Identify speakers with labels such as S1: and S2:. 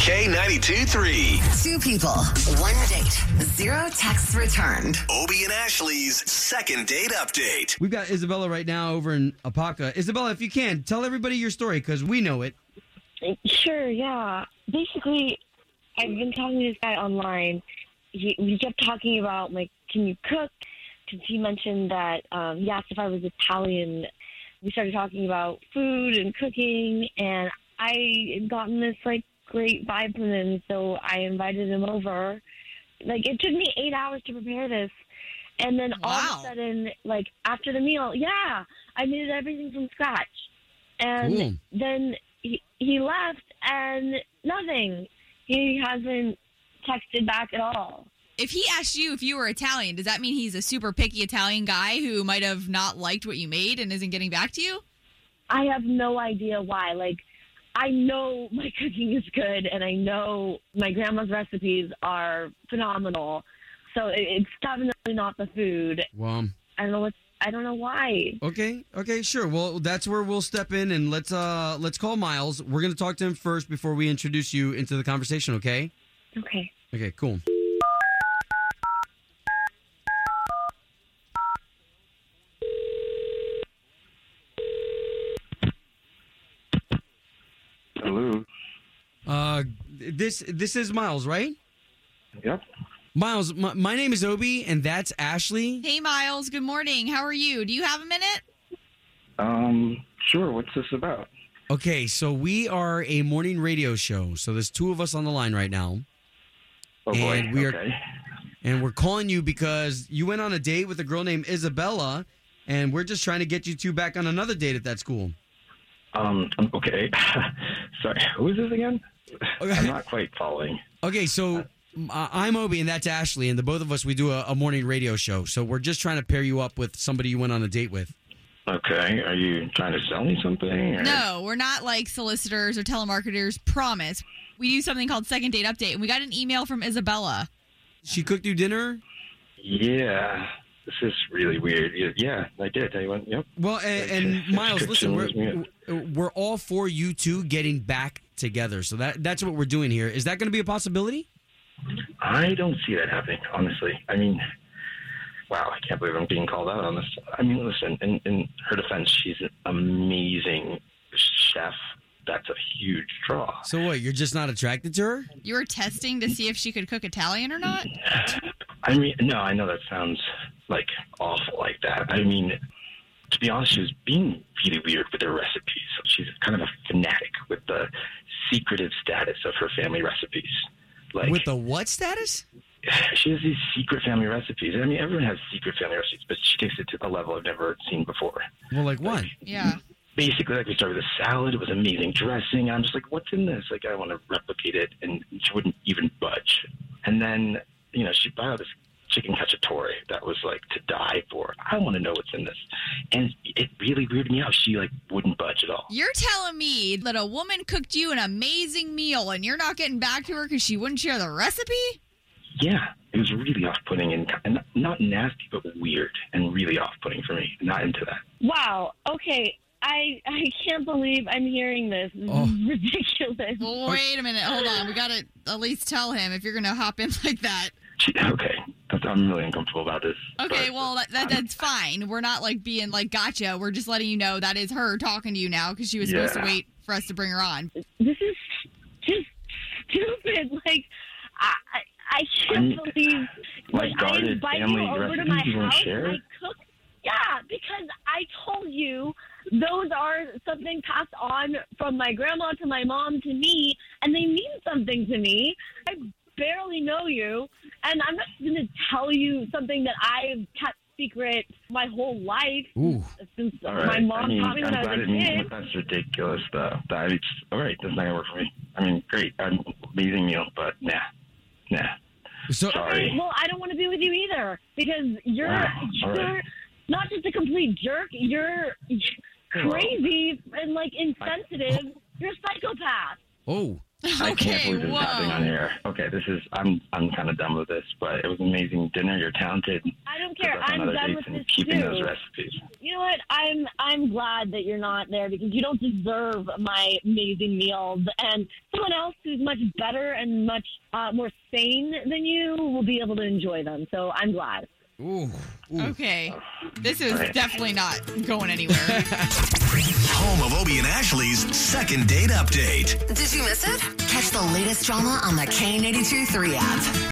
S1: K92 3.
S2: Two people, one date, zero texts returned.
S1: Obie and Ashley's second date update.
S3: We've got Isabella right now over in Apaca. Isabella, if you can, tell everybody your story because we know it.
S4: Sure, yeah. Basically, I've been talking to this guy online. He, we kept talking about, like, can you cook? Because he mentioned that um, he asked if I was Italian. We started talking about food and cooking, and I had gotten this, like, great vibe from him, so I invited him over. Like, it took me eight hours to prepare this. And then all
S3: Wow.
S4: of a sudden, like, after the meal, yeah, I made everything from scratch and
S3: Cool.
S4: then he, he left and nothing he hasn't texted back at all
S5: If he asked you if you were Italian, does that mean he's a super picky Italian guy who might have not liked what you made and isn't getting back to you?
S4: i have no idea why like i know my cooking is good and i know my grandma's recipes are phenomenal so it, it's definitely not the food
S3: Well, um,
S4: i don't know what's i don't know why
S3: okay, okay, sure. Well, that's where we'll step in and let's uh let's call Miles. We're gonna talk to him first before we introduce you into the conversation. Okay.
S4: okay
S3: Okay. Cool.
S6: Hello.
S3: Uh, this this is Miles, right?
S6: Yep.
S3: Miles, my, my name is Obi, and that's Ashley.
S5: Hey, Miles. Good morning. How are you? Do you have a minute?
S6: Um. Sure. What's this about?
S3: Okay, so we are a morning radio show. So there's two of us on the line right now,
S6: Oh boy.
S3: And we are-
S6: okay.
S3: and we're calling you because you went on a date with a girl named Isabella, and we're just trying to get you two back on another date at that school.
S6: Um. Okay. Sorry. Who is this again? I'm not quite following.
S3: Okay, so uh, I'm Obi, and that's Ashley, and the both of us we do a, a morning radio show. So we're just trying to pair you up with somebody you went on a date with.
S6: Okay. Are you trying to sell me something? or-
S5: No, we're not like solicitors or telemarketers. Promise. We do something called Second Date Update, and we got an email from Isabella.
S3: She cooked you dinner.
S6: Yeah. This is really weird. Y- Yeah, I did. I went. Yep.
S3: Well, and, and
S6: Okay.
S3: Miles, listen, we're
S6: Continue.
S3: we're all for you two getting back together. So that that's what we're doing here. Is that going to be a possibility?
S6: I don't see that happening. Honestly. I mean. Wow, I can't believe I'm being called out on this. I mean, listen, in, in her defense, she's an amazing chef. That's a huge draw.
S3: So what? You're just not attracted to her?
S5: You were testing to see if she could cook Italian or not?
S6: I mean, no, I know that sounds like awful like that. I mean, to be honest, she was being really weird with her recipes. She's kind of a fanatic with the secretive status of her family recipes. Like,
S3: With the what status?
S6: she has these secret family recipes. I mean, everyone has secret family recipes, but she takes it to a level I've never seen before.
S3: Well, like what?
S5: Yeah.
S6: Basically, like we started with a salad, it was amazing dressing. I'm just like, what's in this? Like, I want to replicate it, and she wouldn't even budge. And then, you know, she bought this chicken cacciatore that was like to die for. I want to know what's in this, and it really weirded me out. She like wouldn't budge at all.
S5: You're telling me that a woman cooked you an amazing meal and you're not getting back to her because she wouldn't share the recipe?
S6: Yeah, it was really off-putting and, and not nasty, but weird and really off-putting for me. Not into that.
S4: wow okay i i can't believe i'm hearing this This is
S3: Oh.
S4: ridiculous
S5: Well, wait a minute. Hold on. We got to at least tell him if you're going to hop in like that.
S6: She, okay, that's, I'm really uncomfortable about this.
S5: Okay,
S6: but-
S5: well, that, that that's fine. We're not like being like gotcha. We're just letting you know that is her talking to you now because she was supposed to
S6: Yeah.
S5: wait for us to bring her on.
S4: this is just stupid. Like, I I, I can't
S6: I'm-
S4: believe
S6: my
S4: like, I
S6: guarded
S4: invite you
S6: family
S4: over to
S6: recipes
S4: my
S6: you won't
S4: house.
S6: share?
S4: I cook. Yeah, because I told you those are something passed on from my grandma to my mom to me, and they mean something to me. I barely know you, and I'm not going to tell you something that I've kept secret my whole life
S3: Ooh.
S4: since
S6: All right.
S4: my mom
S6: I mean,
S4: taught me when
S6: I'm
S4: I
S6: glad
S4: was a
S6: it means
S4: kid.
S6: that's ridiculous, though. That it's all right. That's not gonna work for me. I mean, great, I'm amazing meal, but nah, nah.
S3: So
S6: Sorry.
S4: Well, I don't want to be with you either because you're
S6: Wow, all
S4: you're
S6: right.
S4: not just a complete jerk. You're crazy and like insensitive. You're a psychopath.
S3: oh.
S6: I can't
S5: Okay,
S6: believe this is happening on
S5: whoa.
S6: air. Okay, this is I'm I'm kind of done with this, but it was amazing dinner. You're talented.
S4: I don't
S6: Good
S4: care.
S6: luck on
S4: I'm
S6: other
S4: done
S6: dates
S4: with
S6: and
S4: this
S6: keeping those
S4: too.
S6: recipes.
S4: You know what? I'm I'm glad that you're not there because you don't deserve my amazing meals. And someone else who's much better and much uh, more sane than you will be able to enjoy them. So I'm glad.
S3: Ooh. Ooh.
S5: Okay. This is definitely not going anywhere.
S1: Home of Obie and Ashley's second date update.
S2: Did you miss it? Catch the latest drama on the K82 3 app.